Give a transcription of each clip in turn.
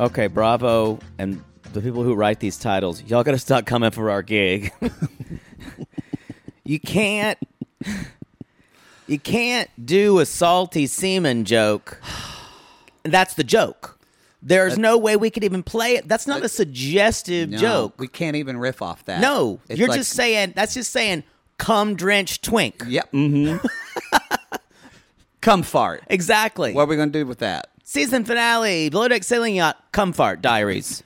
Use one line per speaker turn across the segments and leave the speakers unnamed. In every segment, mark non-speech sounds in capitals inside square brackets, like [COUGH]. Okay, Bravo and the people who write these titles, y'all gotta stop coming for our gig. [LAUGHS] you can't You can't do a salty semen joke. That's the joke. There's no way we could even play it. That's not a suggestive
No,
joke.
We can't even riff off that.
no.
It's
You're
like-
just saying that's just saying cum drenched twink.
Yep. Mm-hmm. [LAUGHS] Come fart.
Exactly.
What are we going to do with that?
Season finale, Below Deck Sailing Yacht, Cum Fart
[LAUGHS]
Diaries.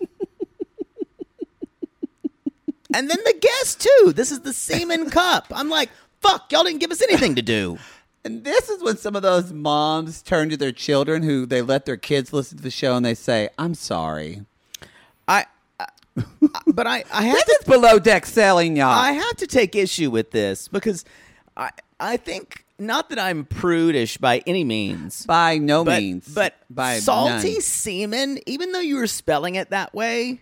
and then the guest, too. This is the Semen Cup. I'm like, fuck, y'all didn't give us anything to do.
And this is when some of those moms turn to their children who they let their kids listen to the show and they say, I'm sorry.
I, I but I, I have
This
to
is below deck selling, y'all.
I have to take issue with this because I I think not that I'm prudish by any means.
by no
but,
means.
But
by
salty
none.
semen, even though you were spelling it that way,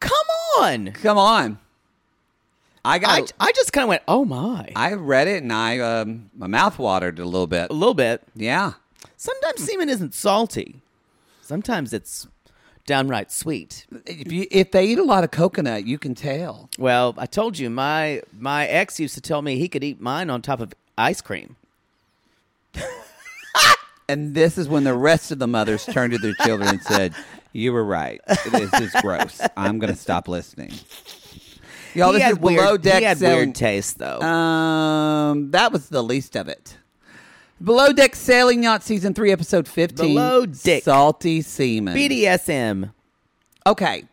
come on.
Come on. I
I,
got. I,
I just kind of went, oh my.
read it and I um, my mouth watered a little bit.
a little bit.
Yeah. Hmm.
Sometimes semen isn't salty. Sometimes it's downright sweet.
If you, if they eat a lot of coconut, you can tell.
Well, I told you my my ex used to tell me he could eat mine on top of ice cream.
And this is when the rest of the mothers turned to their children and said, "You were right. This is gross. I'm going to stop listening."
he
Y'all, Oh, this
had
is below
weird,
deck.
He had
selling-
weird taste though.
Um, that was the least of it. Below deck sailing yacht season three episode fifteen.
Below Deck.
salty semen.
BDSM
Okay,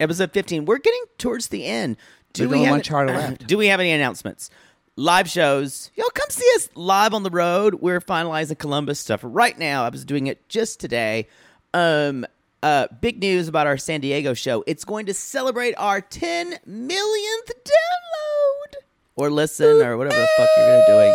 episode fifteen. We're getting towards the end. Do
There's
we
only
have
one chart left.
Do we have any announcements? Live shows. Y'all come see us live on the road. We're finalizing Columbus stuff right now. I was doing it just today. Um uh big news about our San Diego show. It's going to celebrate our 10 millionth download or listen or whatever the fuck you're gonna doing.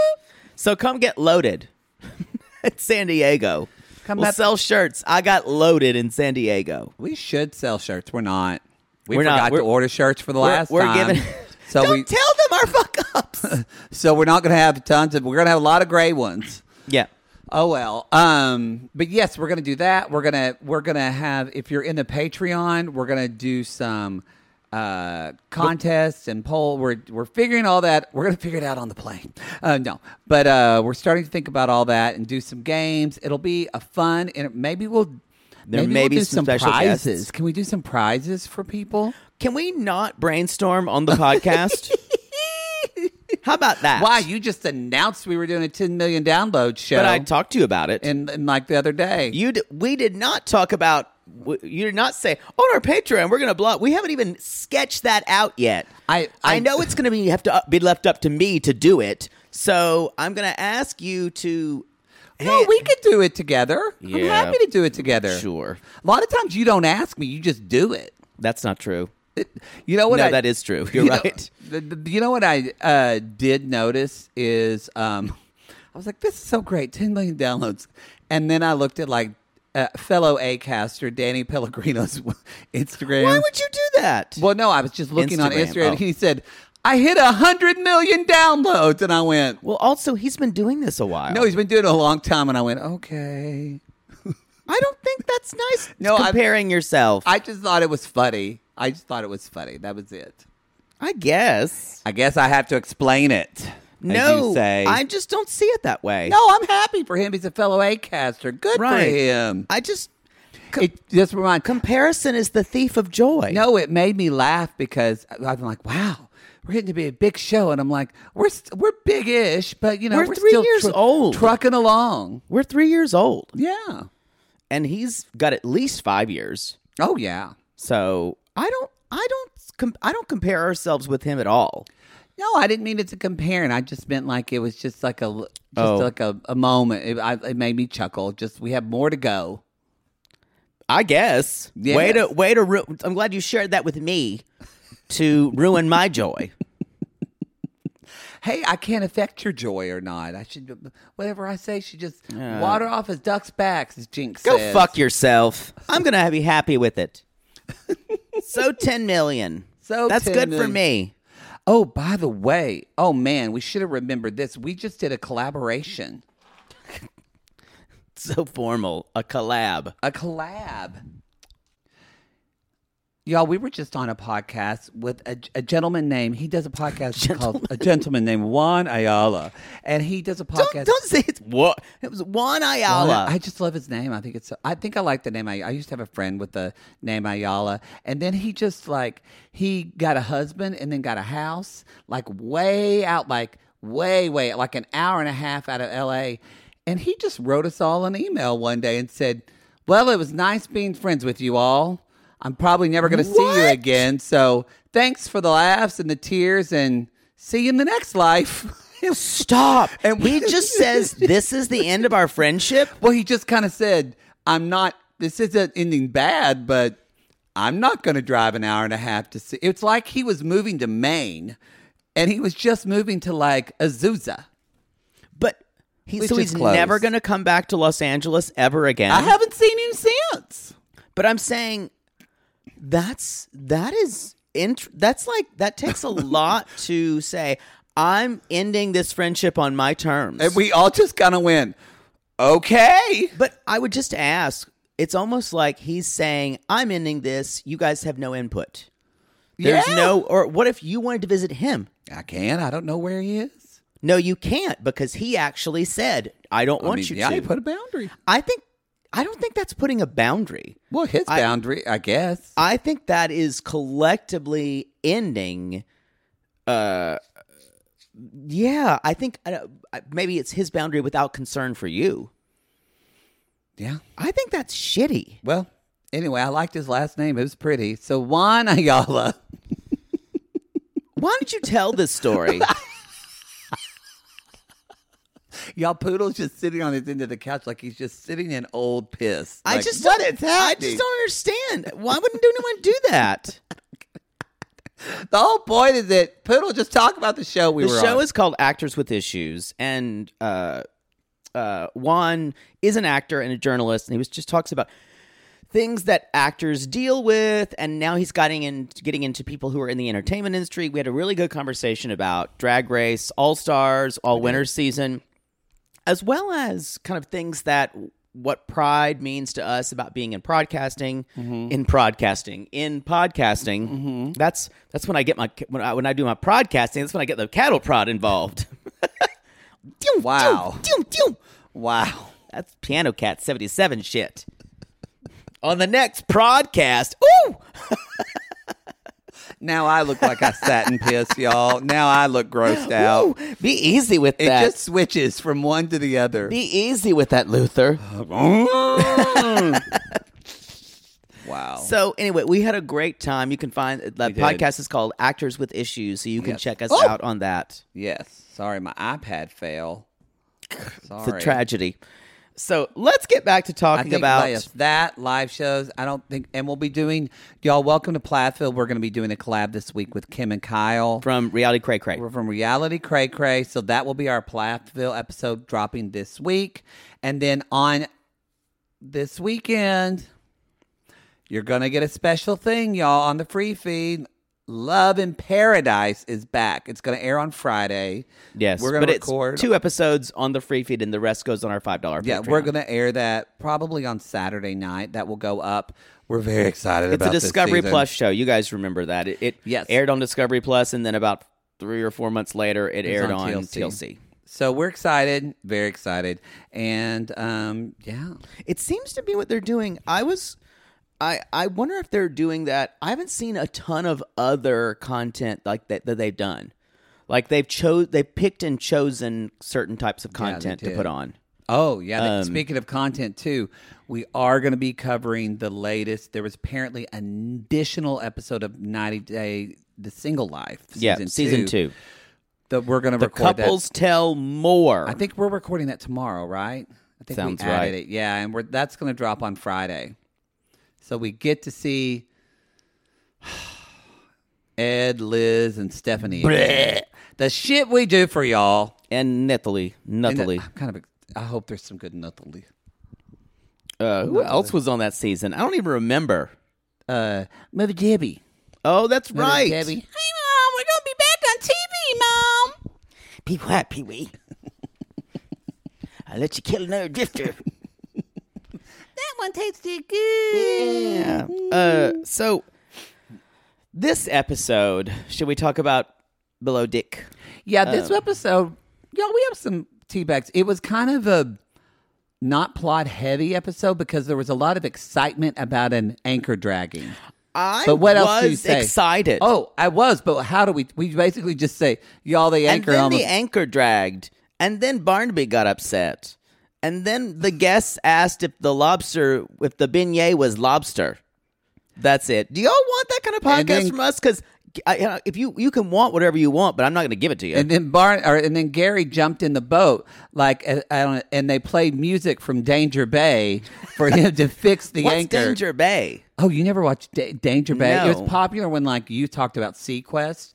So come get loaded [LAUGHS] at San Diego.
Come
we'll
up-
sell shirts. I got loaded in San Diego.
we should sell shirts. We're not. We
We're not.
forgot to
We're-
order shirts for the
We're-
last
we're,
time.
giving.
[LAUGHS]
[LAUGHS]
so
don't
we
tell them our fuck ups.
so we're not going to have tons of. We're going to have a lot of gray ones.
yeah.
Oh well. Um, but yes, we're gonna do that. We're gonna we're gonna have if you're in the Patreon, we're gonna do some uh contests and poll. We're we're figuring all that. We're gonna figure it out on the plane. Uh, no, but uh, we're starting to think about all that and do some games. It'll be a fun and maybe we'll
There
maybe
may
we'll
be
do
some special
prizes.
guests.
Can we do some prizes for people?
Can we not brainstorm on the
[LAUGHS]
podcast? How about that?
Why you just announced we were doing a 10 million download show?
But I talked to you about it.
in, in like the other day.
you d- we did not talk about. w- You did not say on our Patreon we're going to block. We haven't even sketched that out yet.
I- I-
know it's going to be have to up- be left up to me to do it. So I'm going to ask you to.
No, we could do it together. I'm
Yeah.
happy to do it together.
Sure.
A lot of times you don't ask me, you just do it.
That's not true.
You know what?
No,
I-
that is true. You're
[LAUGHS] you know-
right.
the- the- you know what I uh, did notice is um, I was like, this is so great, 10 million downloads. And then I looked at like uh, fellow A-caster Danny Pellegrino's [LAUGHS] Instagram.
Why would you do that?
Well, no, I was just looking on
Instagram,
Instagram.
oh.
and He said, "I hit a hundred million downloads," and I went,
Well, also he's been doing this a while.
"No, he's been doing it a long time." And I went, "Okay."
I don't think that's nice.
No, I-
comparing yourself. I,
I just thought it was funny. I just thought it was funny. That was it.
guess.
I guess I have to explain it. as
No,
you say.
I just don't see it that way.
no, I'm happy for him. He's a fellow A-caster. Good
Right.
for him.
I just
it just reminds.
comparison is the thief of joy.
No, it made me laugh because I- I've been like, wow, we're getting to be a big show, and I'm like, we're st- we're big-ish, but you know,
We're
we're,
three
still
years old.
trucking along.
we're three years old,
Yeah.
and he's got at least five years.
Oh yeah.
So I don't, I don't, com- I don't compare ourselves with him at all.
No, I didn't mean it to compare, and I just meant like it was just like a l- just
Oh.
like a, a moment. It, I, it made me chuckle. Just we have more to go.
I guess.
Yes.
Way to way to. Ru- I'm glad you shared that with me to ruin my joy.
Hey, I can't affect your joy or not. I should whatever I say should just water off his ducks' backs. As Jinx
Go
says.
fuck yourself. I'm gonna be happy with it. [LAUGHS] so ten million.
So
that's
10
good for
million.
me.
Oh, by the way, oh man, we should have remembered this. We just did a collaboration,
So formal. A collab.
a collab. Y'all, we were just on a podcast with a, a gentleman named. He does a podcast called a gentleman named Juan Ayala, and he does a podcast.
Don't, don't say it's what it was Juan Ayala.
Ayala. I just love his name. I think it's. So, I think I like the name. I, I used to have a friend with the name Ayala, and then he just like he got a husband and then got a house like way out, like way way like an hour and a half out of L.A. And he just wrote us all an email one day and said, "Well, it was nice being friends with you all. I'm probably never going to see you
What?
again. So thanks for the laughs and the tears, and see you in the next life." [LAUGHS]
Stop.
And
And
we-
[LAUGHS] he just says this is the end of our friendship.
Well, he just kind of said, "I'm not. This isn't ending bad, but I'm not going to drive an hour and a half to see." It's like he was moving to Maine, and he was just moving to like Azusa.
But he,
Which
so
is
he's
close.
never gonna come back to Los Angeles ever again.
I haven't seen him since.
But I'm saying that's that is int- that's like that takes a [LAUGHS] lot to say I'm ending this friendship on my terms.
And we all just kind of went, "Okay."
but I would just ask it's almost like he's saying I'm ending this you guys have no input. There's
Yeah.
no or what if you wanted to visit him?
I can. I don't know where he is.
No you can't because he actually said I don't
I
want
mean,
you
yeah,
to.
he put a boundary.
I think I don't think that's putting a boundary.
Well, his
I-
boundary, I guess.
I think that is collectively ending. Uh, yeah, I think I don't- I- maybe it's his boundary without concern for you.
yeah.
I think that's shitty.
Well, anyway, I liked his last name. It was pretty. So Juan Ayala.
Why don't you tell this story?
Y'all poodle's just sitting on his end of the couch like he's just sitting in old piss.
I
Like,
just
what
don't-
is
I
happening?
just don't understand. Why wouldn't [LAUGHS] anyone do that?
The whole point is that poodle just talked about the show we
the
were
show
on.
is called Actors with Issues, and uh, uh, Juan is an actor and a journalist, and he was just talks about things that actors deal with, and now he's getting in, getting into people who are in the entertainment industry. We had a really good conversation about Drag Race, All Stars, All Winners season, as well as kind of things that what pride means to us about being in broadcasting, in broadcasting, in podcasting. That's that's when I get my when I when I do my podcasting. That's when I get the cattle prod involved. [LAUGHS] Doom,
Wow.
doom, doom, doom.
Wow.
That's Piano Cat 77 shit. On the next podcast. Ooh!
Now I look like I sat in piss, y'all. Now I look grossed out.
Ooh! Be easy with
It
that.
just switches from one to the other.
Be easy with that, Luther.
[LAUGHS] wow.
So, anyway, we had a great time. You can find that
did.
podcast is called Actors with Issues, so you can
Yes.
check us
Oh!
out on that.
yes. Sorry, my iPad fell. Sorry.
It's a tragedy. So, let's get back to
I
talking
think
about.
last- that live shows. I don't think, and we'll be doing y'all. Welcome to Plathville. We're going to be doing a collab this week with Kim and Kyle.
From Reality Cray Cray.
We're from Reality Cray Cray. So that will be our Plathville episode dropping this week. And then on this weekend. You're going to get a special thing, y'all, on the free feed. Love in Paradise is back. It's going to air on Friday.
Yes,
We're going
but
to
it's
record.
two episodes on the free feed, and the rest goes on our five dollar.
yeah, we're going to air that probably on Saturday night. That will go up. We're very excited
It's
about
a
this
Discovery
season.
Plus show. You guys remember that? It, it
Yes.
aired on Discovery Plus, and then about three or four months later, it aired
on
on,
TLC.
TLC.
So we're excited, very excited. And um, yeah.
It seems to be what they're doing. I was, I, I wonder if they're doing that. I haven't seen a ton of other content like that that they've done. Like they've chose, they picked and chosen certain types of
they
content to
did.
put on.
Oh yeah.
Um,
th- Speaking of content too, we are going to be covering the latest. There was apparently an additional episode of 90 Day The Single Life.
yeah, season two.
That we're going to
The
record. that-
couples tell more.
I think we're recording that tomorrow, right? I think
Sounds
we added
right.
it. Yeah, and we're that's going to drop on Friday, so we get to see [SIGHS] Ed, Liz, and Stephanie. again. The shit we do for y'all.
and Nathalie,
And
Nathalie.
I'm kind of. I hope there's some good Nathalie.
Uh, who else was on that season? I don't even remember.
Uh, maybe Debbie.
Oh, that's right.
Debbie.
Mom, we're gonna be back on TV, Mom. Be quiet, Pee Wee. I'll let you kill another drifter. that one tasted good.
Yeah. Uh, so this episode, should we talk about below Dick?
Yeah,
Um,
this episode, y'all, we have some tea bags. It was kind of a not plot heavy episode because there was a lot of excitement about an anchor dragging.
I
But what else
was
do you say?
excited.
Oh, I was, but how do we? We basically just say, y'all, the
and
anchor
then
almost.
the anchor dragged, and then Barnaby got upset, and then the guests asked if the lobster, if the beignet was lobster. That's it. Do y'all want that kind of podcast
And then-
from us? Because if you you can want whatever you want, but I'm not going to give it to you.
and then Barn, or and then Gary jumped in the boat, like uh, I don't, and they played music from Danger Bay for him to fix the
What's
anchor.
Danger Bay?
Oh, you never watched da- Danger Bay? It
No.
was popular when like you talked about Sequest.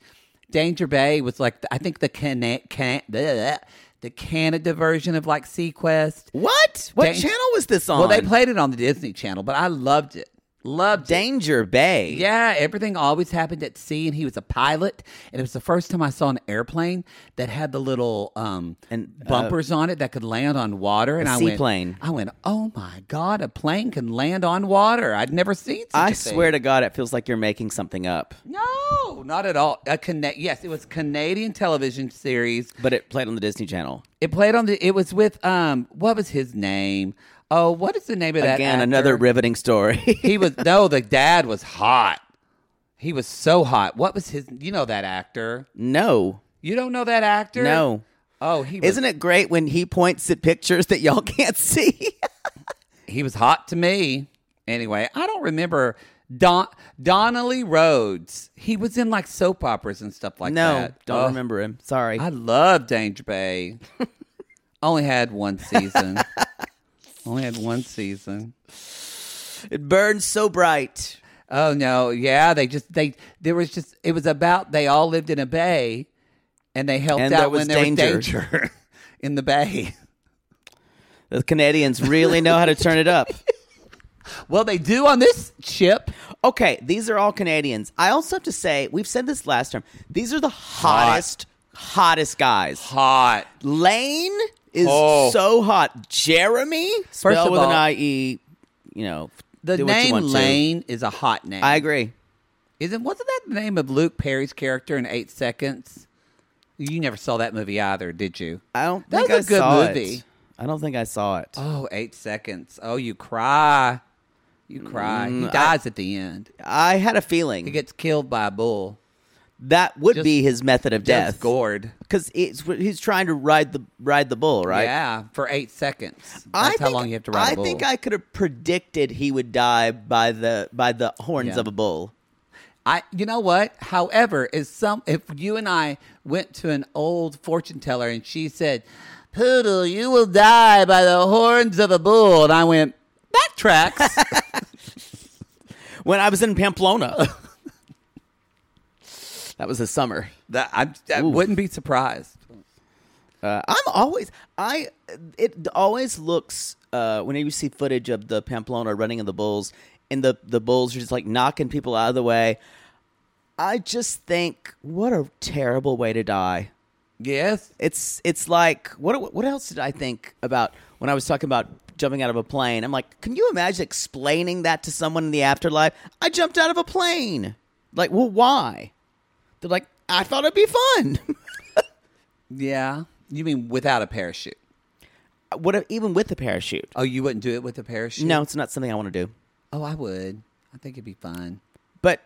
Danger Bay was like the- I think the Cana- Cana- bleh, the Canada version of like Sequest.
What? What
Dan-
channel was this on?
Well, they played it on the Disney Channel, but I loved it. Loved it.
Danger Bay.
Yeah, everything always happened at sea, and he was a pilot. And it was the first time I saw an airplane that had the little um,
And, uh,
bumpers on it that could land on water. And I
seaplane.
went, I went, oh my god, a plane can land on water! I'd never seen. Such
I
a thing.
swear to God, it feels like you're making something up.
No, Oh, not at all. A Cana- yes, it was Canadian television series.
But it played on the Disney Channel.
It played on the. It was with um. What was his name? Oh, what is the name of that?
Again,
actor?
another riveting story. [LAUGHS]
he was [LAUGHS] no. The dad was hot. He was so hot. What was his? You know that actor.
no,
You don't know that actor?
no.
Oh, he was,
Isn't it great when he points at pictures that y'all [LAUGHS] can't see?
He was hot to me. Anyway, I don't remember Don Donnelly Rhodes. He was in like soap operas and stuff like
no,
that.
don't
Oh.
remember him. Sorry.
I love
[LAUGHS]
Danger Bay. Only had one season. Only had one season.
it burns so bright.
Oh no, yeah, they just they there was just it was about they all lived in a bay and they helped
And there
out
was
when there
danger.
was danger [LAUGHS] in the bay.
The Canadians really know how to turn it up.
Well, they do on this ship.
[LAUGHS] Okay, these are all Canadians. I also have to say, we've said this last time. These are the hottest, hottest guys.
Hot.
Lane is so hot. Jeremy, spelled
of
with an
all-
I E, you know,
The
do what you
name
want to.
Lane is a hot name.
I agree.
Isn't wasn't that the name of Luke Perry's character in Eight Seconds? You never saw that movie either, did you?
I don't
That
think
was
I
a good
saw
movie.
it. I don't think I saw it.
Oh, eight seconds. Oh, you cry. You cry.
Mm,
he dies at the end.
I had a
He
feeling
gets killed by a bull.
that would
Just-
be his method of
Death.
death.
Gored.
Because he's trying to ride the ride the bull, right?
Yeah, for eight seconds. That's
I
how
think-
long you have to ride
I
a bull.
think I could have predicted he would die by the by the horns
Yeah.
of a bull.
I, you know what? However, is some if you and I went to an old fortune teller and she said, "Poodle, you will die by the horns of a bull," and I went, "That
[LAUGHS]
tracks."
When I was in
[LAUGHS]
Pamplona, that was the summer.
that I, I
Ooh.
wouldn't be surprised.
Uh, I'm always I it always looks uh, whenever you see footage of the Pamplona running of the bulls, and the the bulls are just like knocking people out of the way. I just think, what a terrible way to die.
Yes.
It's it's like what what else did I think about when I was talking about jumping out of a plane? I'm like, can you imagine explaining that to someone in the afterlife? I jumped out of a plane. Like, well, why? They're like, I thought it'd be fun. [LAUGHS]
Yeah. You mean without a parachute?
what if, even with the parachute?
Oh, you wouldn't do it with a parachute?
No, it's not something I want to do.
Oh, I would. I think it'd be fun.
But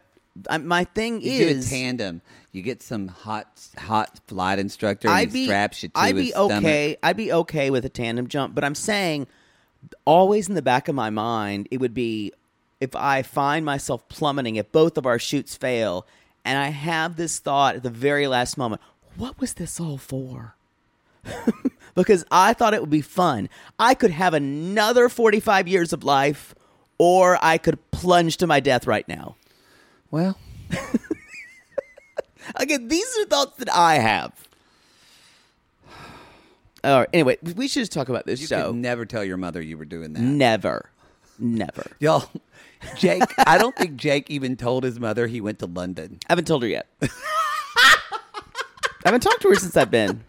I, my thing
You do a
is,
tandem. You get some hot, hot flight instructor and
I'd
he
be,
straps you to
I'd
his
be
stomach.
okay. I'd be okay with a tandem jump, but I'm saying, always in the back of my mind, it would be if I find myself plummeting, if both of our shoots fail, and I have this thought at the very last moment, what was this all for? [LAUGHS] because I thought it would be fun. I could have another 45 years of life, or I could plunge to my death right now.
Well,
Again, these are thoughts that I have. All right. Anyway, we should just talk about this
you
show.
could never tell your mother you were doing
Mm.
that.
never, never.
Y'all, [LAUGHS] Jake, I don't think Jake even told his mother he went to London.
I haven't told her yet. I haven't talked to her since I've been.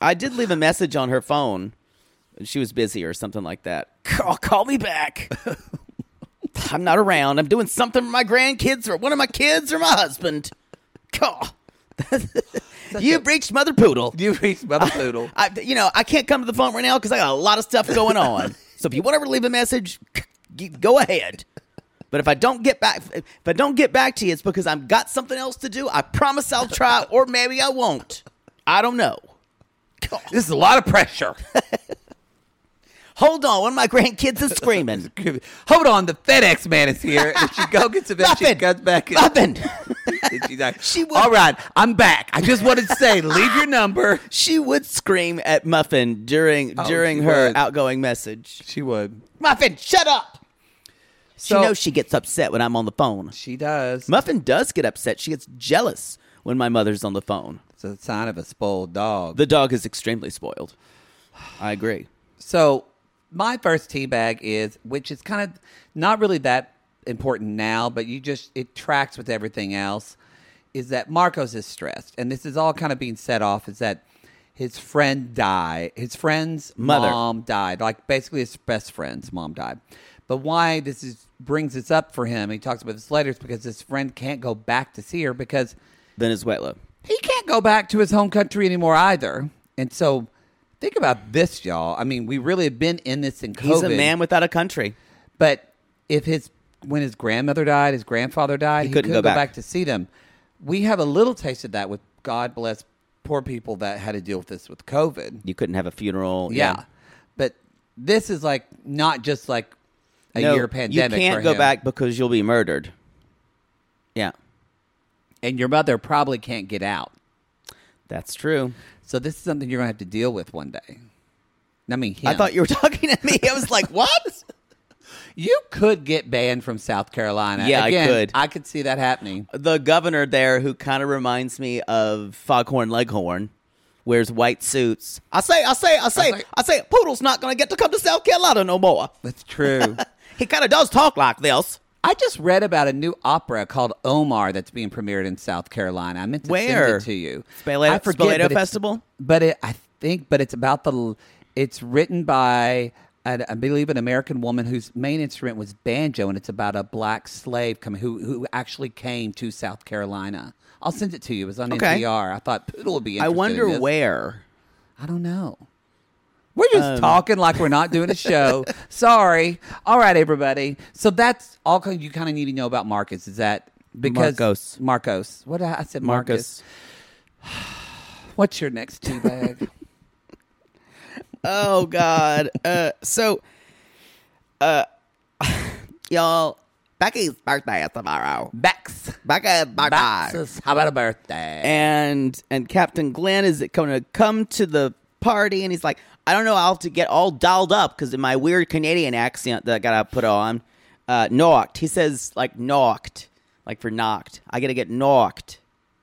I did leave a message on her phone. She was busy or something like that. Call, call me back. I'm not around. I'm doing something for my grandkids or one of my kids or my husband. [LAUGHS] Call. You've reached Mother Poodle.
You reached Mother Poodle.
I, you know, I can't come to the phone right now because I got a lot of stuff going
[LAUGHS]
on. so if you want to leave a message, g- go ahead. But if I don't get back, if I don't get back to you, it's because I've got something else to do. I promise I'll try, or maybe I won't. I don't know.
This is a lot of pressure. [LAUGHS]
Hold on, one of my grandkids is screaming.
Hold on, the FedEx man is here. And she go gets him and she
Muffin.
comes back. And, [LAUGHS]
Muffin.
and she's
[LAUGHS]
like,
She would-
All right, I'm back. I just wanted to say, leave
[LAUGHS]
your number.
She would scream at Muffin during during
Oh, she
her
would.
outgoing message.
She would.
Muffin, shut up.
So-
she knows she gets upset when I'm on the phone.
She does.
Muffin does get upset. She gets jealous when my mother's on the phone.
It's a sign of a spoiled dog.
The dog is extremely spoiled. I agree.
So my first tea bag is, which is kind of not really that important now, but you just it tracks with everything else. Is that Marcos is stressed, and this is all kind of being set off. Is that his friend died? His friend's
Mother.
mom died, like basically his best friend's mom died. But why this is brings this up for him? He talks about this later is because his friend can't go back to see her because
Venezuela.
he can't go back to his home country anymore either. And so think about this, y'all. I mean, we really have been in this in COVID.
He's a man without a country.
But if his when his grandmother died, his grandfather died, he, couldn't, go, back. to see them. We have a little taste of that with God bless poor people that had to deal with this with COVID.
You couldn't have a funeral.
Yeah. But this is like not just like a
No,
year pandemic.
You can't
for
go
him.
back because you'll be murdered. Yeah.
and your mother probably can't get out.
That's true.
So this is something you're gonna have to deal with one day. I mean,
I thought you were [LAUGHS] talking to me. I was like, what?
You could get banned from South Carolina.
Yeah, I
Again,
could.
I could see that happening.
the governor there, who kind of reminds me of Foghorn Leghorn, wears white suits. I say, I say, I say,
I say-
I say, Poodle's not going to get to come to South Carolina no more.
That's true.
He kind of does talk like this.
[LAUGHS] I just read about a new opera called Omar that's being premiered in South Carolina. I meant to send
Where?
it to you.
Spoleto-
I forget,
Spoleto
but it's-
Festival?
But it, I think, but it's about the. l- It's written by, an, I believe, an American woman whose main instrument was banjo, and it's about a black slave coming who who actually came to South Carolina. I'll send it to you. It was on
Okay.
NPR. I thought Poodle would be.
I
Interested in
wonder
this.
where.
I don't know. We're just
Um,
talking like we're not doing a
[LAUGHS]
show. Sorry. All right, everybody. So that's all kind- you kind of need to know about Marcus. Is that because
Marcos.
Marcos. What I I said, Marcus.
Marcus.
What's your next tea
[LAUGHS]
bag?
Oh God. Uh, so, uh, [LAUGHS] y'all, Becky's birthday is tomorrow.
Bex.
Becky's birthday,
Bex's. How about a birthday?
and and Captain Glenn is going to come to the party, and he's like, I don't know, I'll have to get all dolled up because in my weird Canadian accent that I gotta put on, uh, knocked. He says like knocked, like for knocked. I gotta get knocked.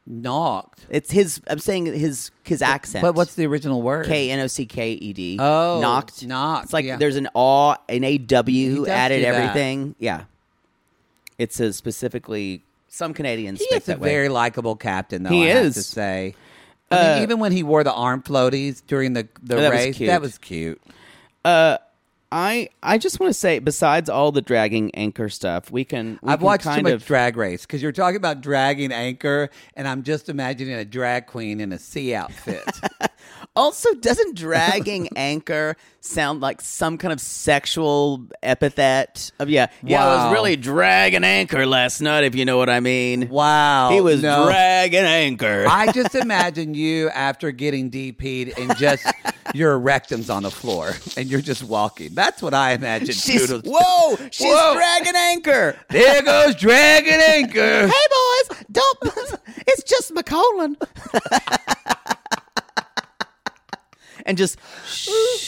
knocked.
It's his. I'm saying his his accent.
But what's the original word?
K N O C K E D?
Oh,
knocked.
knocked,
It's like
yeah.
there's an aw, an A
He
W
does
added
do that.
everything. Yeah. It's a specifically some Canadians
He
speak
is a
that way.
very likable captain, though.
He
I have to
is.
say. I mean, even when he wore the arm floaties during the the
Oh, that was
race,
cute.
that was cute.
I I just want to say, besides all the dragging anchor stuff, we can. we
I've
can
watched too
kind
much
of,
Drag Race because you're talking about dragging anchor, and I'm just imagining a drag queen in a sea outfit.
[LAUGHS] Also, doesn't [LAUGHS] dragging anchor sound like some kind of sexual epithet? Of yeah, yeah, I
Wow.
was really dragging anchor last night, if you know what I mean.
wow,
He was
no.
dragging anchor.
I just imagine you after getting DP'd and
[LAUGHS]
just your rectum's on the floor and you're just walking. That's what I imagine.
she's
Toodles.
whoa, she's
Whoa.
dragging anchor.
There goes Dragon
Hey
Anchor.
boys, don't. [LAUGHS] it's just McColin. and just shh.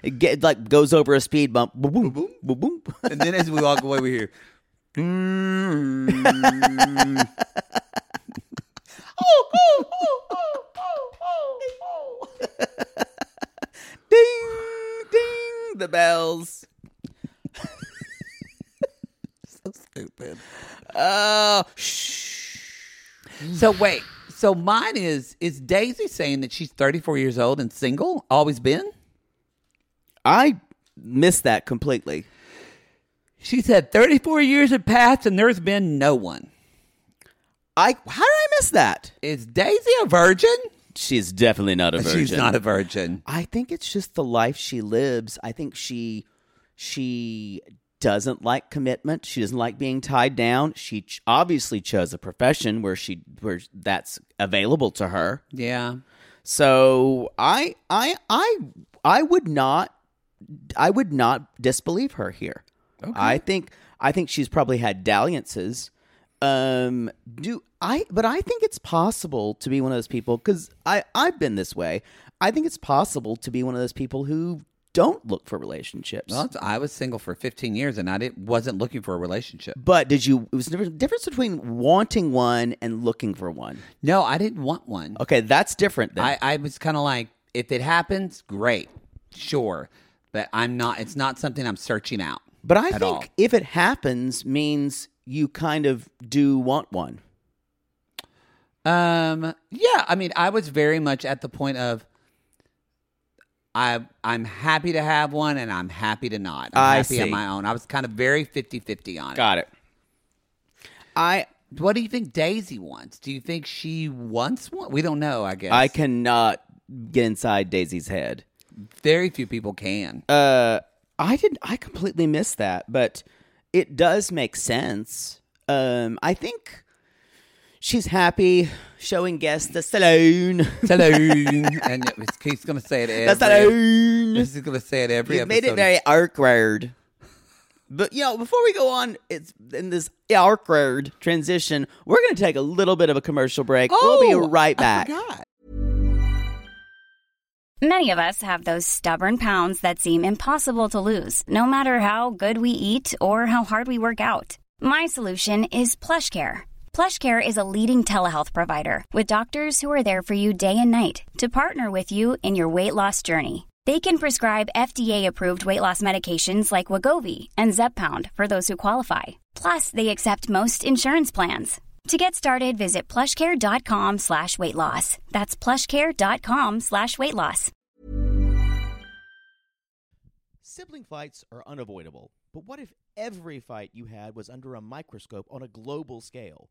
It get, like goes over a speed bump. Boom, boom, boom, boom.
And then as we walk away, we hear.
[LAUGHS]
"Hmm."
ding, ding, the bells.
Stupid.
Oh, shh.
So wait. So mine is is Daisy saying that she's 34 years old and single, always been?
I missed that completely.
She said 34 years have passed and there's been no one.
I how did I miss that?
Is Daisy a virgin?
She's definitely not a
She's not a virgin.
I think it's just the life she lives. I think she she doesn't like commitment. She doesn't like being tied down. She ch- obviously chose a profession where she where that's available to her.
Yeah.
So I I I I would not I would not disbelieve her here. I think I think she's probably had dalliances. Um do I but I think it's possible to be one of those people cuz I I've been this way. I think it's possible to be one of those people who don't look for relationships.
Well, it's- I was single for 15 years and I didn't, wasn't looking for a relationship.
but did you it was the difference between wanting one and looking for one.
No, I didn't want one.
Okay, that's different then.
I, I was kind of like, if it happens, great, sure, but I'm not. It's not something I'm searching out.
But I
at
think
all.
if it happens, means you kind of do want one.
Um, yeah, I mean, I was very much at the point of. I, I'm happy to have one and I'm happy to not. I'm
I
happy on
see.
my own. I was kind of very 50 50 on it.
it. I
What do you think Daisy wants? Do you think she wants one? We don't know, I guess.
I cannot get inside Daisy's head.
very few people can.
Uh, I did. I completely missed that, but it does make sense. Um, I think she's happy showing guests the saloon.
Saloon. and it's- he's going to say
[LAUGHS]
it
the
every
saloon.
He's going to say it every
you
episode.
made it very awkward. But you know, before we go on, it's in this awkward transition. We're going to take a little bit of a commercial break. we'll
Oh,
be right back.
Many of us have those stubborn pounds that seem impossible to lose, no matter how good we eat or how hard we work out. My solution is PlushCare. PlushCare is a leading telehealth provider with doctors who are there for you day and night to partner with you in your weight loss journey. They can prescribe FDA-approved weight loss medications like Wagovi and Zepbound for those who qualify. Plus, they accept most insurance plans. To get started, visit plushcare.com slash weight loss. That's plushcare.com slash weight loss.
Sibling fights are unavoidable, but what if every fight you had was under a microscope on a global scale?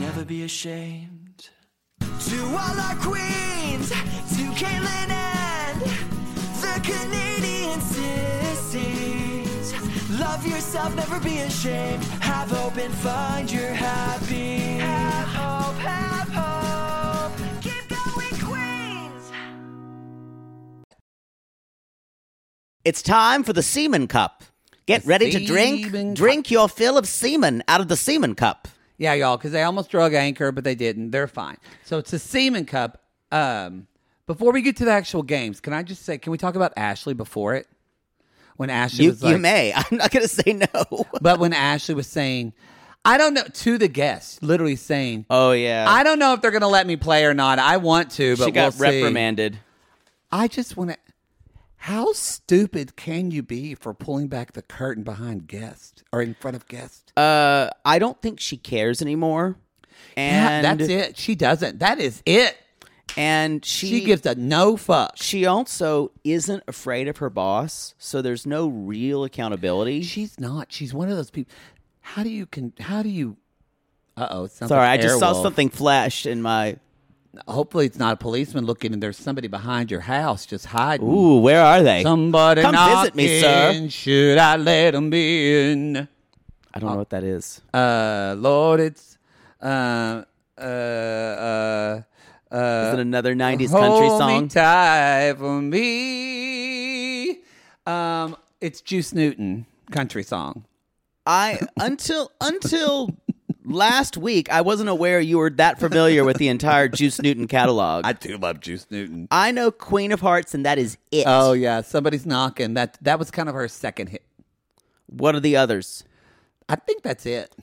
never be ashamed. To all our queens, to Caitlin and the Canadian sissies. Love yourself, never be ashamed. Have hope and find your happy. Have hope, have hope. Keep going, Queens.
It's time for the semen cup. Get
The
ready to drink.
semen cup.
Drink your fill of semen out of the semen cup.
Yeah, y'all, because they almost drug anchor, but they didn't. They're fine. So it's a semen cup. Um, before we get to the actual games, can I just say, can we talk about Ashley before it? When Ashley
You,
was like,
you may. [LAUGHS] I'm not going to say no.
[LAUGHS] but when Ashley was saying, I don't know, to the guests, literally saying,
Oh, yeah.
I don't know if they're going to let me play or not. I want to, but
she got
we'll see."
reprimanded.
I just want to. How stupid can you be for pulling back the curtain behind guests or in front of guests?
Uh, I don't think she cares anymore.
Yeah,
And
that's it. She doesn't. That is it.
And she,
she gives a no fuck.
She also isn't afraid of her boss, so there's no real accountability.
She's not. She's one of those people. How do you can? How do you? Uh oh.
Sorry, I just saw something flash in my.
Hopefully, it's not a policeman looking, and there's somebody behind your house just hiding.
Ooh, where are they?
Somebody
Come visit me, sir.
knocking. Should I let him in?
I don't know what that is.
Uh, Lord, it's uh uh uh uh.
is it another '90s country
Hold me
song?
tight for me. Um, it's Juice Newton country song.
I until until last week, I wasn't aware you were that familiar with the entire Juice Newton catalog. I,
do love Juice Newton.
know Queen of Hearts, and that is it.
Oh yeah, somebody's knocking. That that was kind of her second hit.
what are the others?
I think that's it.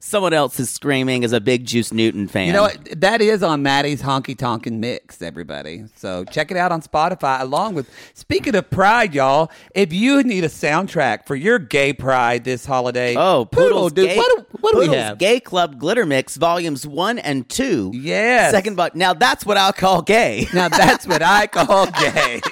someone else is screaming is a big Juice Newton fan.
You know what? That is on Maddie's Honky Tonkin' Mix, everybody. So check it out on Spotify. Along with speaking of pride, y'all, if you need a soundtrack for your gay pride this holiday,
Oh, Poodle's
dude,
Gay,
what, do- what do we
Poodle's
have?
Gay Club Glitter Mix Volumes One and Two.
Yes.
Second book. Now that's what I'll call gay.
Now that's what I call gay. [LAUGHS]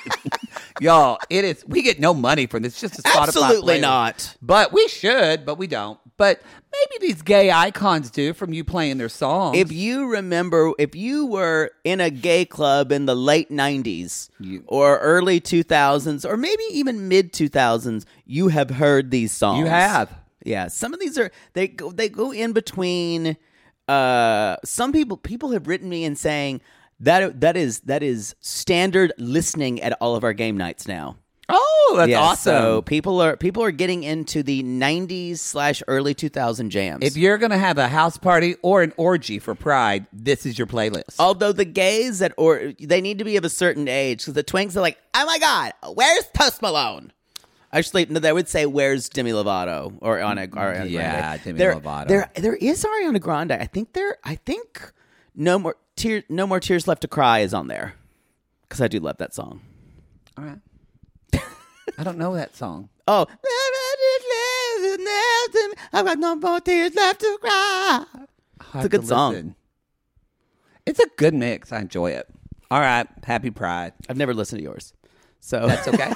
Y'all, it is. We get no money from this. It's just a Spotify.
Absolutely
playlist.
not.
But we should. But we don't. But maybe these gay icons do from you playing their songs.
If you remember, if you were in a gay club in the late 90s or early 2000s or maybe even mid 2000s, you have heard these songs.
You have.
Yeah, some of these are they go they go in between uh some people people have written me and saying that that is that is standard listening at all of our game nights now.
oh, that's
Yeah,
awesome.
So people are people are getting into the 90s slash early 2000 jams.
If you're going to have a house party or an orgy for Pride, this is your playlist.
Although the gays that or they need to be of a certain age because the twinks are like, oh my god, where's Post Malone? Actually, no, they would say where's Demi Lovato or Anna. Or Ariana
Yeah,
Grande.
Demi
there,
Lovato.
There, there is Ariana Grande. I think there. I think no more tears. No more tears left to cry is on there because I do love that song.
All [LAUGHS] right. I don't know that song.
Oh, I've got no more tears left to cry.
It's
a good song.
It's a good mix. I enjoy it. All right. Happy Pride.
I've never listened to yours, so
That's okay.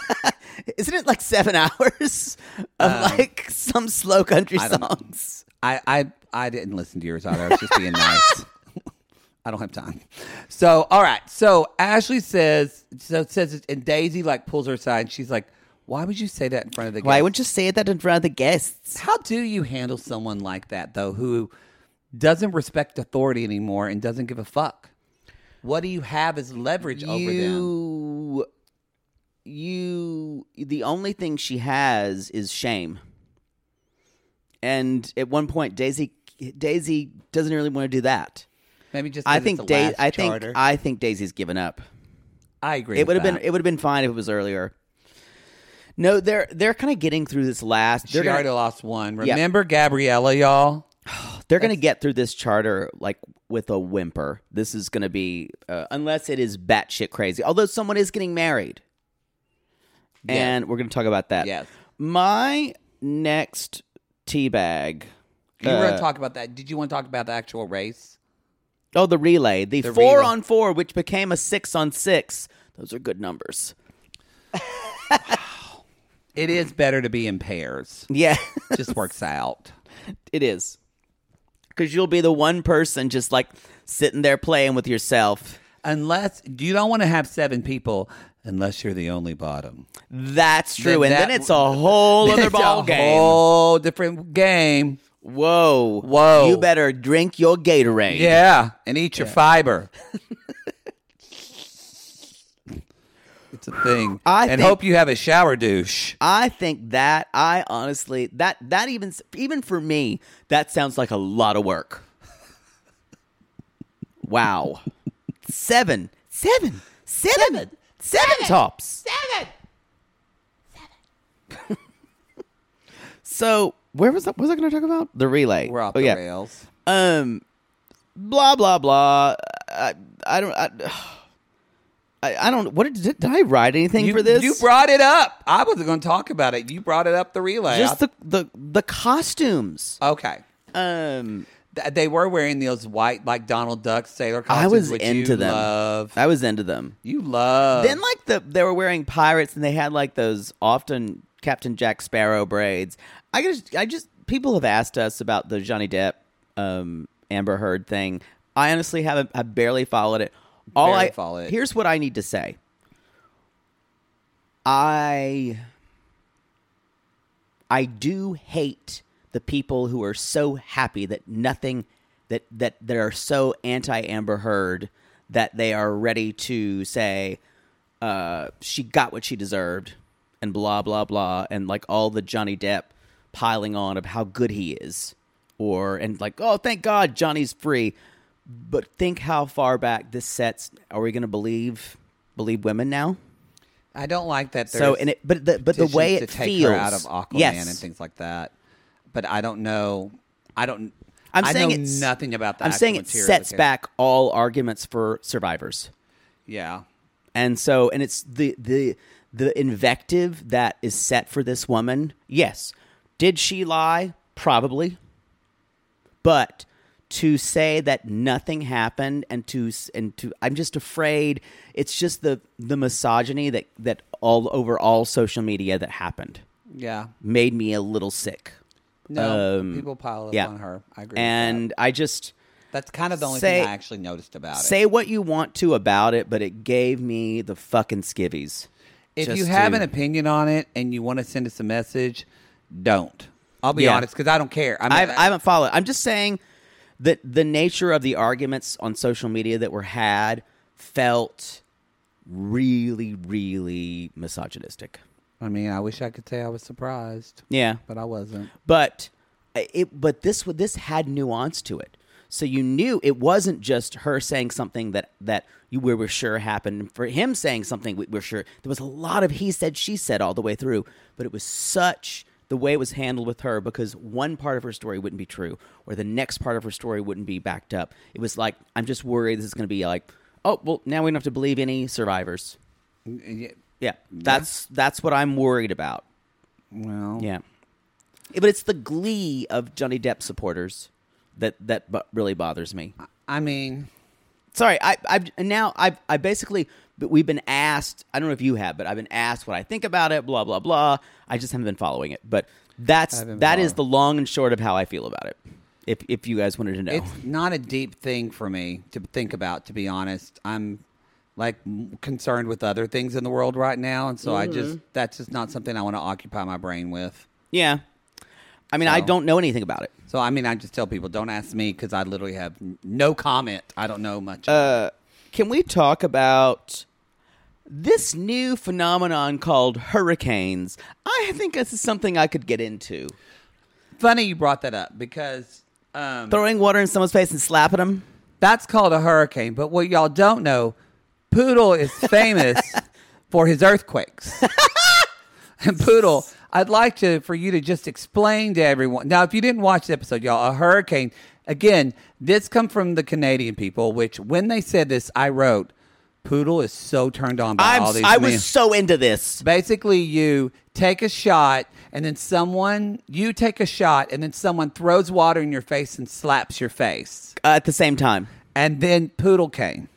Isn't it like seven [LAUGHS] hours of like some slow country
Um, I don't-
songs?
[LAUGHS] [LAUGHS] I, I I didn't listen to yours either. I was just being nice. [LAUGHS] I don't have time. So all right. So Ashley says so it says and Daisy like pulls her aside and she's like, Why would you say that in front of the guests?
Why would you say that in front of the guests?
How do you handle someone like that though who doesn't respect authority anymore and doesn't give a fuck? What do you have as leverage over them?
You, you, the only thing she has is shame. And at one point, Daisy, Daisy doesn't really want to do that.
Maybe just
I
'cause it's
think
the
Daisy.
last
I think
charter.
I think Daisy's given up.
I agree.
It would have been.
It,
It would have been fine if it was earlier. No, they're they're kind of getting through this last.
she
They're gonna,
already lost one.
Yeah.
Remember Gabriella, y'all.
They're going to get through this charter like with a whimper. This is going to be, uh, unless it is batshit crazy. Although someone is getting married, and we're going to talk about that.
Yes.
My next tea bag.
You were going
Uh,
to talk about that. Did you want to talk about the actual race?
Oh, the relay, the,
The
four
relay.
on four, which became a six on six. Those are good numbers.
It is better to be in pairs.
Yeah,
Just works out.
[LAUGHS] it is. Because you'll be the one person just like sitting there playing with yourself.
Unless you don't want to have seven people, unless you're the only bottom.
That's true,
Then
and
that-
then it's a
[LAUGHS]
whole other
It's a
ball game.
Whole different game.
Whoa.
Whoa.
You better drink your Gatorade.
Yeah, and eat
[LAUGHS]
your fiber. it's a thing.
I think-
and hope you have a shower douche.
I think that I honestly that that even even for me that sounds like a lot of work. Wow. Seven. Seven. Seven. Seven, tops. Seven. Seven. [LAUGHS] so, where was that what was I going to talk about? The relay.
We're off
Oh,
the
yeah.
rails.
um blah blah blah i, I don't I, I, I don't what did, did i write anything
You,
for this
you brought it up. I wasn't going to talk about it. You brought it up the relay.
just
I-
the, the the costumes
okay.
um
Th- They were wearing those white, like Donald Duck sailor costumes.
i was
which
into
you
them
Love.
i was into them
You love.
then like the they were wearing pirates and they had like those often captain jack sparrow braids i just i just people have asked us about the johnny depp um amber heard thing i honestly haven't i barely followed it all
Barely
i
follow it.
here's what i need to say i i do hate the people who are so happy that nothing that that that are so anti amber heard that they are ready to say uh, she got what she deserved and blah blah blah and like all the Johnny Depp piling on of how good he is or and like oh thank god Johnny's free but think how far back this sets are we going to believe believe women now
I don't like that.
so
there's
and it but the but the
petitions
way it
to take
feels
her out of Aquaman
yes
and things like that. But I don't know. I don't.
I'm
I
saying
know
it's-
nothing about the
I'm
actual
saying it
material
sets
that-
back all arguments for survivors.
Yeah.
And so, and it's the the the invective that is set for this woman. Yes, did she lie? Probably. But to say that nothing happened and to s- and to I'm just afraid it's just the the misogyny that that all over all social media that happened
Yeah.
made me a little sick.
No,
Um,
people pile up
yeah.
on her. I agree. with
And I just
that. that's kind of the only
say-
thing I actually noticed about it.
say what you want to about it, but it gave me the fucking skivvies.
If
Just
you have
to-
an opinion on it and you want to send us a message, don't. I'll be
Yeah.
honest because I don't care. I'm,
I've, I haven't followed. I'm just saying that the nature of the arguments on social media that were had felt really, really misogynistic.
I mean, I wish I could say I was surprised,
Yeah,
but I wasn't.
but uh, it but this w- this had nuance to it. So you knew it wasn't just her saying something that that you we were sure happened. For him saying something we were sure there was a lot of he said she said all the way through. But it was such the way it was handled with her because one part of her story wouldn't be true or the next part of her story wouldn't be backed up. It was like I'm just worried this is going to be like oh well now we don't have to believe any survivors.
Yeah,
Yeah, that's that's what I'm worried about.
Well,
Yeah. Yeah, But it's the glee of Johnny Depp supporters that that bu- really bothers me.
I mean,
Sorry, I I've and now I've I basically but we've been asked, I don't know if you have, but I've been asked what I think about it, blah blah blah. I just haven't been following it. But that's
haven't been
that is the
following.
long and short of how I feel about it. If if you guys wanted to know.
it's not a deep thing for me to think about. To be honest, I'm like m- concerned with other things in the world right now, and so I just that's just not something I want to occupy my brain with.
yeah. I mean, I
So-
don't know anything about it.
So I mean, I just tell people don't ask me because I literally have n- no comment. I don't know much.
Can we talk about this new phenomenon called hurricanes? I think this is something I could get into.
Funny you brought that up because um,
throwing water in someone's face and slapping them.
That's called a hurricane. But what y'all don't know,
[LAUGHS]
Poodle is famous for his earthquakes. and Poodle, I'd like to for you to just explain to everyone. Now, if you didn't watch the episode, y'all, a hurricane. Again, this come from the Canadian people. Which when they said this, I wrote, Poodle is so turned on by
I'm,
all these.
I
men."
was so into this.
Basically, you take a shot, and then someone you take a shot, and then someone throws water in your face and slaps your face
Uh, at the same time,
and then
[LAUGHS]
Poodle came.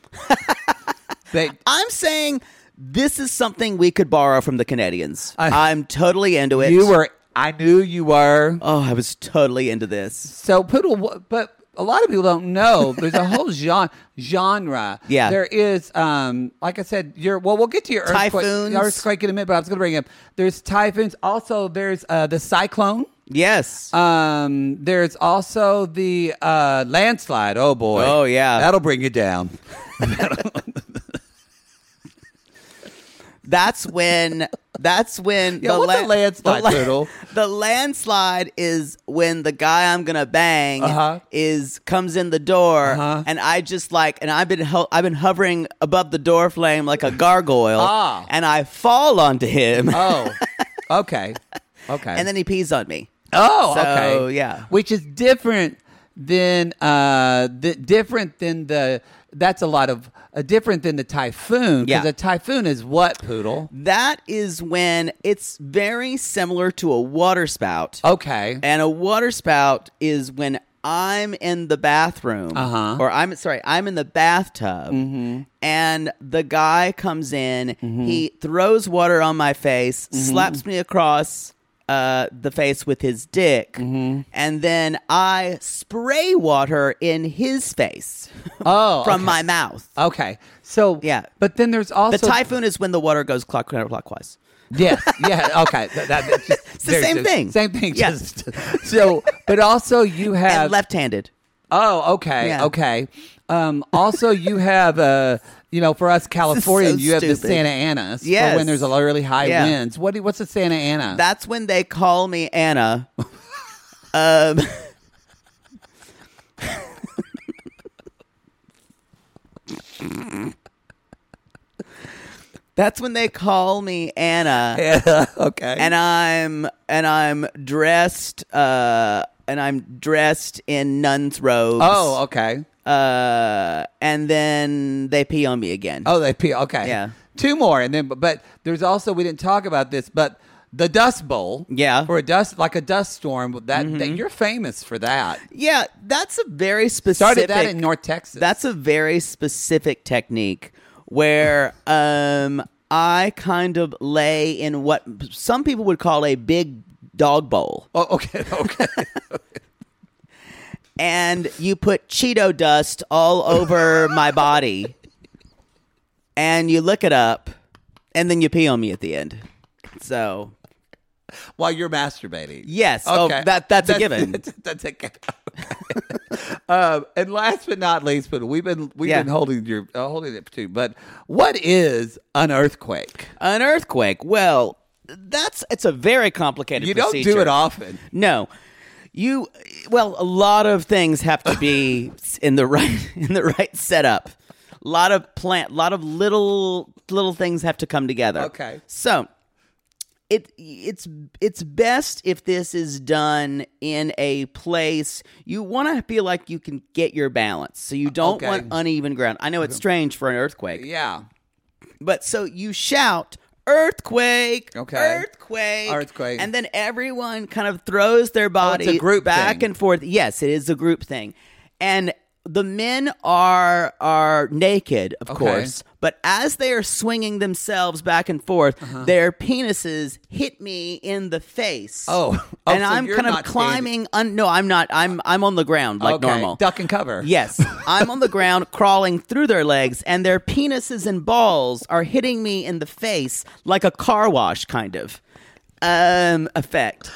they,
I'm saying this is something we could borrow from the Canadians. I,
I-
am totally into it.
you were. I knew you were.
Oh, I was totally into this.
So Poodle, wa- but a lot of people don't know. There's a whole [LAUGHS] genre. genre.
Yeah.
There is. Um. Like I said, you're. Well, we'll get to your earthquake,
Typhoons.
earthquake in a minute. But I was going to bring up. There's typhoons. Also, there's uh, the cyclone.
Yes.
Um, there's also the uh, landslide. Oh boy.
Oh, yeah.
That'll bring you down.
that's when. That's when
Yeah, what's a landslide,
la- [LAUGHS]
Poodle?
the landslide is when the guy I'm gonna bang
Uh-huh.
is comes in the door,
Uh-huh.
and I just like, and I've been ho- I've been hovering above the door flame like a gargoyle,
Ah.
and I fall onto him,
Oh. okay. Okay.
and then he pees on me.
Oh,
So,
okay,
yeah.
which is different than uh, th- different than the. That's a lot of uh, different than the typhoon.
Yeah.
because a typhoon is what poodle.
That is when it's very similar to a water spout.
Okay,
And a water spout is when I'm in the bathroom,
Uh-huh. Mm-hmm.
or I'm sorry, I'm in the bathtub, and the guy comes in. He throws water on my face,
Mm-hmm.
slaps me across uh, the face with his dick,
Mm-hmm.
and then I spray water in his face
oh,
from
okay. Uh,
my mouth.
Okay, so
Yeah.
but then there's
the
also
typhoon is when the water goes clock- counterclockwise.
[LAUGHS] Yes, yeah, okay. That, that- that's just-
[LAUGHS] It's the
there's
same
just-
thing.
Same thing.
Yeah.
Just so, but also you
[LAUGHS]
have
and left-handed.
Oh, okay,
Yeah.
okay. Um, also, you have uh, you know, for
[LAUGHS]
us Californians, you have the
stupid.
Santa Anas
Yes.
for when there's a lo- really high
Yeah.
winds. What do- what's a Santa Ana?
That's when they call me Anna. um, that's when they call me Anna,
Yeah, [LAUGHS] okay.
and I'm and I'm dressed uh, and I'm dressed in nun's robes.
Oh, okay.
Uh, and then they pee on me again.
Oh, they pee. Okay.
Yeah.
Two more, and then but, but there's also we didn't talk about this, but the Dust Bowl.
Yeah. Mm-hmm.
Or a dust like a dust storm. That, that you're famous for that.
Yeah, that's a very specific.
Started that in North Texas.
That's a very specific technique
[LAUGHS]
where um, I kind of lay in what some people would call a big dog bowl,
oh, okay. [LAUGHS] Okay.
and you put Cheeto dust all
[LAUGHS]
over my body, and you lick it up, and then you pee on me at the end. So
While you're masturbating.
Yes. Oh, that- that's a given.
[LAUGHS] that's a given. Okay. um, and last but not least, but we've been we've
Yeah.
been holding your uh, holding it too. But what is an earthquake?
an earthquake. Well, that's it's a very complicated.
You don't do
procedure.
it often.
No. You well, a lot of things have to
[LAUGHS]
be in the right in the right setup. A lot of plant, a lot of little little things have to come together.
Okay.
So, it it's it's best if this is done in a place you want to feel like you can get your balance. So you don't
Okay.
want uneven ground. I know it's strange for an earthquake.
Yeah.
But so you shout earthquake,
Okay.
earthquake,
Earthquake.
and then everyone kind of throws their body
group
back
thing.
and forth. Yes, it is a group thing, and the men are are naked, of course. But as they are swinging themselves back and forth,
Uh-huh.
their penises hit me in the face.
Oh. [LAUGHS] Oh,
and
so
I'm
you're
kind of
not
climbing. Un- no, I'm not. I'm I'm on the ground like
okay.
normal.
Duck and cover.
Yes, I'm on the ground crawling through their legs, and their penises and balls are hitting me in the face like a car wash kind of um, effect.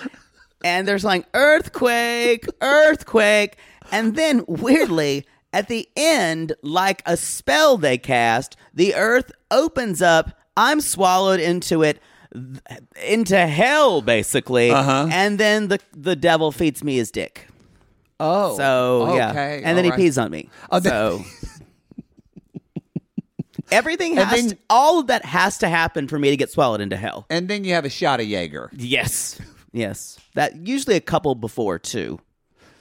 And there's like earthquake, earthquake, and then weirdly at the end, like a spell they cast, the earth opens up. I'm swallowed into it. th- Into hell, basically, and then the the devil feeds me his dick.
Oh.
So yeah,
okay,
and then
all right.
he pees on me.
Oh, that- [LAUGHS]
so everything
And
has
then-
to, all of that has to happen for me to get swallowed into hell.
And then you have a shot of Jaeger.
Yes, yes. That usually a couple before too.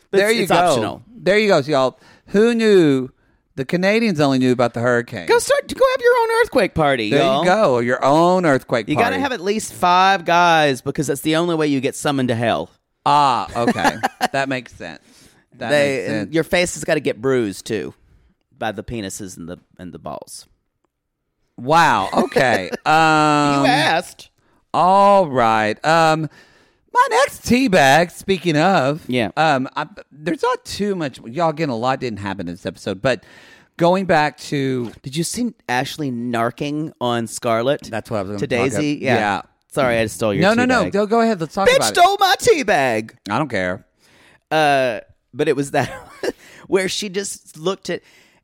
But
there
it's-
you
it's
go.
Optional.
There you go, y'all. Who knew? The Canadians only knew about the hurricane.
Go start to go have your own earthquake party.
there
y'all.
you go. Your own earthquake.
You gotta
party.
have at least five guys because that's the only way you get summoned to hell.
Ah, okay. that makes sense. That
They
makes
and
sense.
your face has got to get bruised too by the penises and the and the balls.
Wow.
[LAUGHS]
Okay. Um,
asked.
All right. Um, my next tea bag. Speaking of,
Yeah.
Um, I, there's not too much. Y'all again, a lot didn't happen in this episode, but going back to
Did you see Ashley narking on Scarlet?
That's what I was gonna
to
talk
Daisy.
ab-
Yeah.
yeah.
Sorry, I stole your.
no, no, no,
teabag.
Go go ahead. Let's talk
Bitch
about
stole my tea bag.
it. I don't care.
Uh, but it was that [LAUGHS] where she just looked at,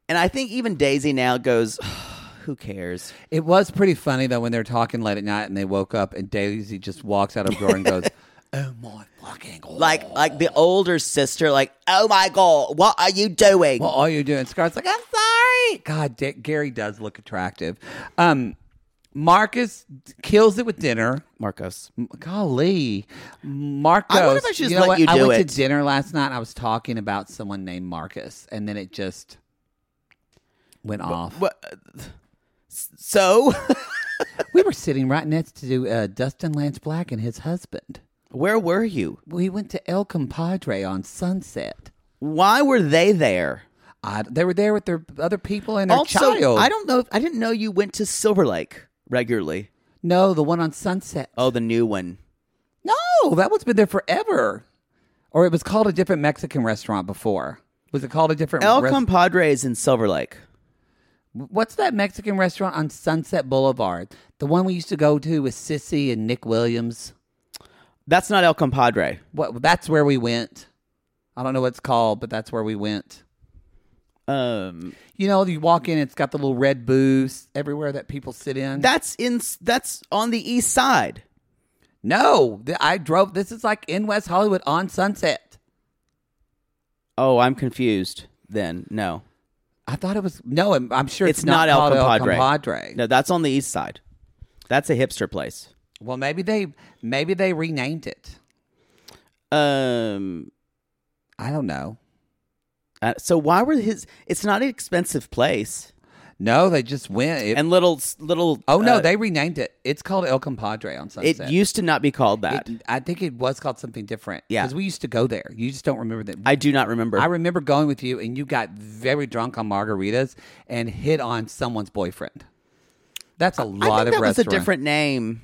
and I think even Daisy now goes, [SIGHS] "Who cares?"
It was pretty funny though when they were talking late at night and they woke up and Daisy just walks out of the door
[LAUGHS]
and goes, "Oh my fucking god!"
Like, like the older sister, like, "Oh my god, what are you doing?"
Well, all you're doing, Scarlett's like, I'm sorry. God, D- Gary does look attractive. Um, Marcus d- kills it with dinner.
Marcos.
M- Golly, Marcus.
I wonder if I should just
know
let
what?
you
I
do
went
it.
to dinner last night. and I was talking about someone named Marcus, and then it just went off.
So, [LAUGHS]
we were sitting right next to uh, Dustin Lance Black and his husband.
where were you?
We went to El Compadre on Sunset.
Why were they there?
I, they were there with their other people and their
also,
child.
I don't know. If, I didn't know you went to Silver Lake regularly.
know the one on Sunset.
Oh, the new one.
No, that one's been there forever. Or it was called a different Mexican restaurant before. Was it called a different?
El
res-
Compadre is in Silver Lake.
What's that Mexican restaurant on Sunset Boulevard? The one we used to go to with Sissy and Nick Williams.
That's not El Compadre.
What? That's where we went. I don't know what it's called, but that's where we went.
Um,
You know, you walk in, it's got the little red booths everywhere that people sit in.
that's in that's on the east side.
no, th- I drove. This is like in West Hollywood on Sunset.
Oh, I'm confused. Then no,
I thought it was no. I'm, I'm sure it's,
it's, not, El
called
Compadre.
El Compadre.
No, that's on the east side. That's a hipster place.
Well, maybe they maybe they renamed it.
Um,
I don't know.
Uh, so why were his? It's not an expensive place.
No, they just went. It,
and little little.
oh no,
uh,
they renamed it. It's called El Compadre on
It
Sunset.
used to not be called that.
It- I think it was called something different.
Yeah.
because we used to go there. You just don't remember that.
I do not remember.
I remember going with you, and you got very drunk on margaritas and hit on someone's boyfriend. That's a
I
lot
think
of
that was a
restaurant.
different name.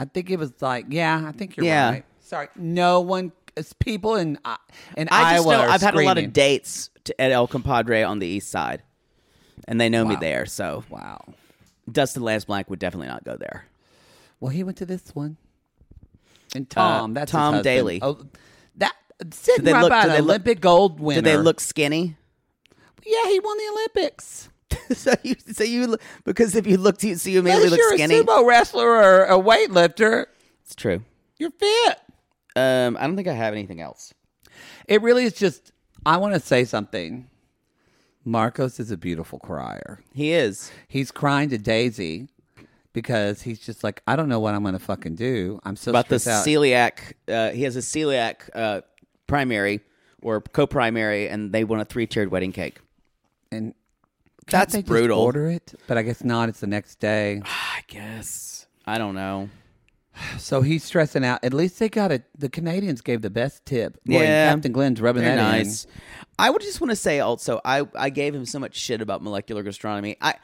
I think it was like, yeah, I think you're
Yeah.
right. Sorry, no one. It's people in I- in
I just
Iowa.
know
are
I've had a lot
screaming.
of dates to, at El Compadre on the East Side, and they know me
Wow.
there. So
Wow.
Dustin Lance Blank would definitely not go there.
Well, he went to this one. And Tom, that's his
Tom
husband.
Daly.
Oh, that sitting
they
right
look-
by
do
an
they look-
Olympic gold winner.
Did they look skinny? [LAUGHS]
Yeah, he won the Olympics.
so you, so you, look- because if you looked, you see you immediately
Unless
look
you're
skinny.
a sumo wrestler or a weightlifter,
It's true.
you're fit.
Um, I don't think I have anything else.
It really is just. I want to say something. Marcos is a beautiful crier.
He is.
He's crying to Daisy because he's just like, I don't know what I'm going to fucking do. I'm so
about the
stressed out.
celiac. Uh, he has a celiac uh, primary or co-primary, and they want a three-tiered wedding cake.
and can't
That's
they just
brutal.
order it, but I guess not. It's the next day.
I guess I don't know.
So he's stressing out. At least they got it. The Canadians gave the best tip. Boy,
Yeah.
Captain Glenn's rubbing
They're
that in.
nice. I would just want to say also, I I gave him so much shit about molecular gastronomy. I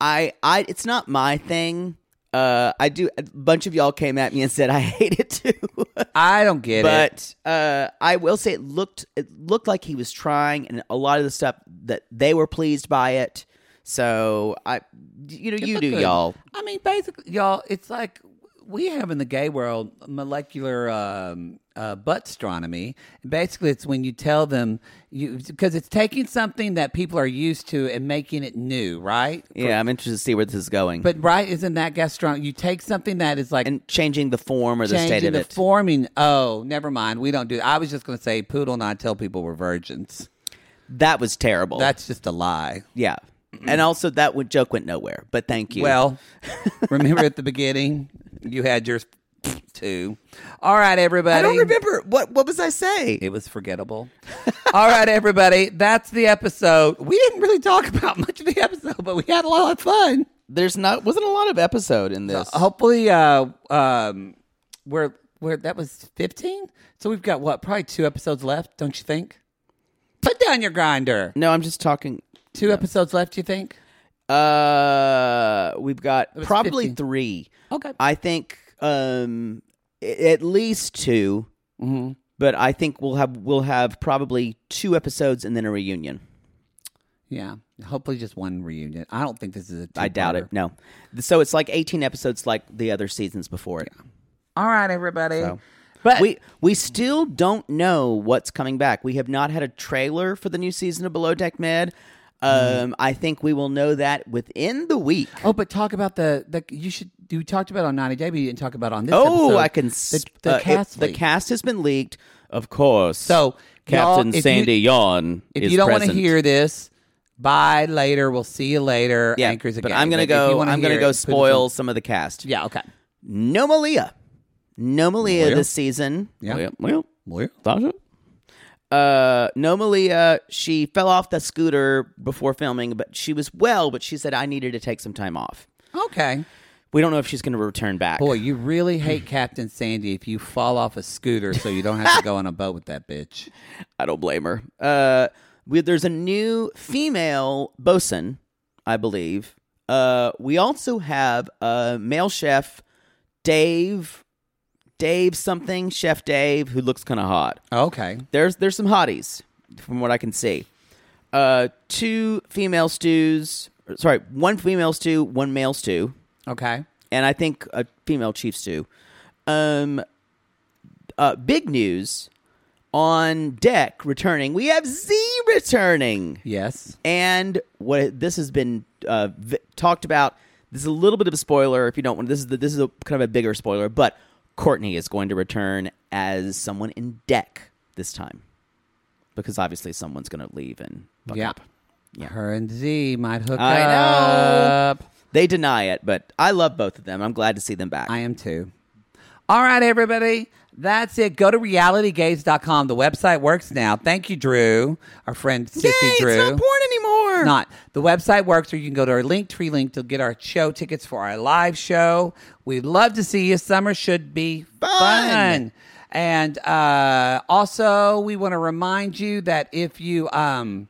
I I it's not my thing. Uh, I do. A bunch of y'all came at me and said I hate it too.
I don't get it.
but uh, I will say it looked it looked like he was trying, and a lot of the stuff that they were pleased by it. So I, you know, you
looked
do
good.
y'all.
I mean, basically, y'all, it's like we have in the gay world molecular um, uh, buttstronomy. Basically, it's when you tell them you because it's taking something that people are used to and making it new, right?
Yeah, I'm interested to see where this is going.
But right, isn't that gastronomy? You take something that is like
and changing the form or the
changing
state of
the
it.
forming. Oh, never mind. We don't do. I was just going to say, poodle and I tell people we're virgins.
that was terrible.
That's just a lie.
yeah. And also that went, joke went nowhere. But thank you.
Well, remember at the beginning you had yours too. All right, everybody.
I don't remember what what was I say.
It was forgettable. All right, everybody. That's the episode. We didn't really talk about much of the episode, but we had a lot of fun.
There's not wasn't a lot of episode in this.
Hopefully, uh, um, we're we're that was fifteen. So we've got what probably two episodes left, don't you think? Put down your grinder.
no, I'm just talking.
Two episodes left, you think?
Uh, we've got
was
probably
50.
three.
Okay.
I think um a- at least 2 But I think we'll have we'll have probably two episodes and then a reunion.
Yeah. Hopefully, just one reunion. I don't think this is a.
I doubt
two-parter.
it. No. So it's like 18 episodes like the other seasons before it.
All right, everybody.
But we we still don't know what's coming back. We have not had a trailer for the new season of Below Deck Med. Um, I think we will know that within the week.
Mm-hmm. Oh, but talk about the the you should you talked about on 90 Day, but you didn't talk about on this.
Oh,
episode.
I can.
the,
s-
the
uh, it-
cast.
the
leak.
cast has been leaked, of course.
So y'all,
Captain
if you-
Sandy Yawn.
If
is
you don't want to
present.
hear this, bye later. We'll see you later.
yeah,
Anchors
but
again.
I'm gonna
if you
go.
wanna
I'm gonna
hear
go
it,
spoil some of the cast.
Yeah. Okay.
No Malia, no Malia
Well.
this season.
Yeah.
well, well,
Well,
Sasha? Uh, no, Malia. She fell off the scooter before filming, but she was well. But she said I needed to take some time off.
Okay.
We don't know if she's going to return back.
Boy, you really hate Captain Sandy if you fall off a scooter so you don't have to go on a boat with that bitch.
I don't blame her. Uh, we, there's a new female bosun, I believe. Uh, we also have a male chef, Dave, Dave something, Chef Dave, who looks kind of hot.
Okay.
There's there's some hotties from what I can see. Uh, two female stews. or, Sorry, one female stew, one male stew,
Okay.
and I think a female chief stew. Um, uh, big news on deck returning. We have Z returning,
Yes.
and what this has been uh, v- talked about. This is a little bit of a spoiler if you don't want. This is the, this is a kind of a bigger spoiler, but Courtney is going to return as someone in deck this time, because obviously someone's going to leave and fuck
Yeah.
up. Yeah.
Her and Z might hook
I know.
up.
They deny it, but I love both of them. I'm glad to see them back.
I am too. All right, everybody. That's it. Go to realitygaze.com. The website works now. Thank you, Drew. Our friend Sissy
Yay,
Drew.
it's not porn anymore.
Not. The website works, or you can go to our link tree link to get our show tickets for our live show. We'd love to see you. Summer should be fun. And uh, also, we want to remind you that if you, um,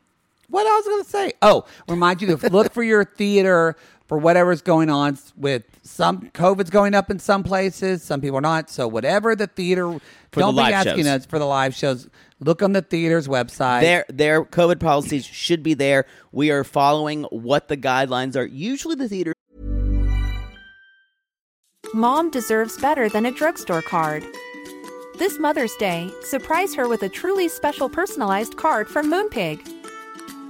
what I was going to say, oh, remind you to look for your theater for whatever's going on with some COVID's going up in some places, some people are not. So whatever the theater, don't be
live
asking
shows.
us for the live shows. Look on the theater's website.
Their their COVID policies should be there. We are following what the guidelines are. Usually the theater
Mom deserves better than a drugstore card. This Mother's Day, surprise her with a truly special personalized card from Moonpig.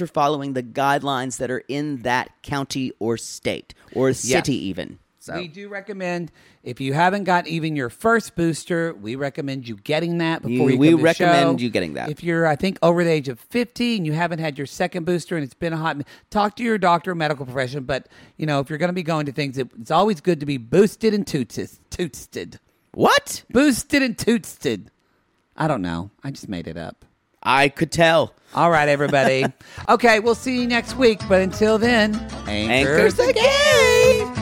are following the guidelines that are in that county or state or city even. So
We do recommend if you haven't got even your first booster, we recommend you getting that
You-
before you
we
come to the
recommend
show.
you getting that.
If you're, I think, over the age of fifty and you haven't had your second booster and it's been a hot, mi- talk to your doctor, or medical profession. But you know, if you're going to be going to things, it, it's always good to be boosted and tooted, tooted,
what?
boosted and tooted. I don't know. I just made it up.
I could tell.
All
[LAUGHS]
right, everybody. okay, we'll see you next week. But until then, anchors,
Anchors the
the game.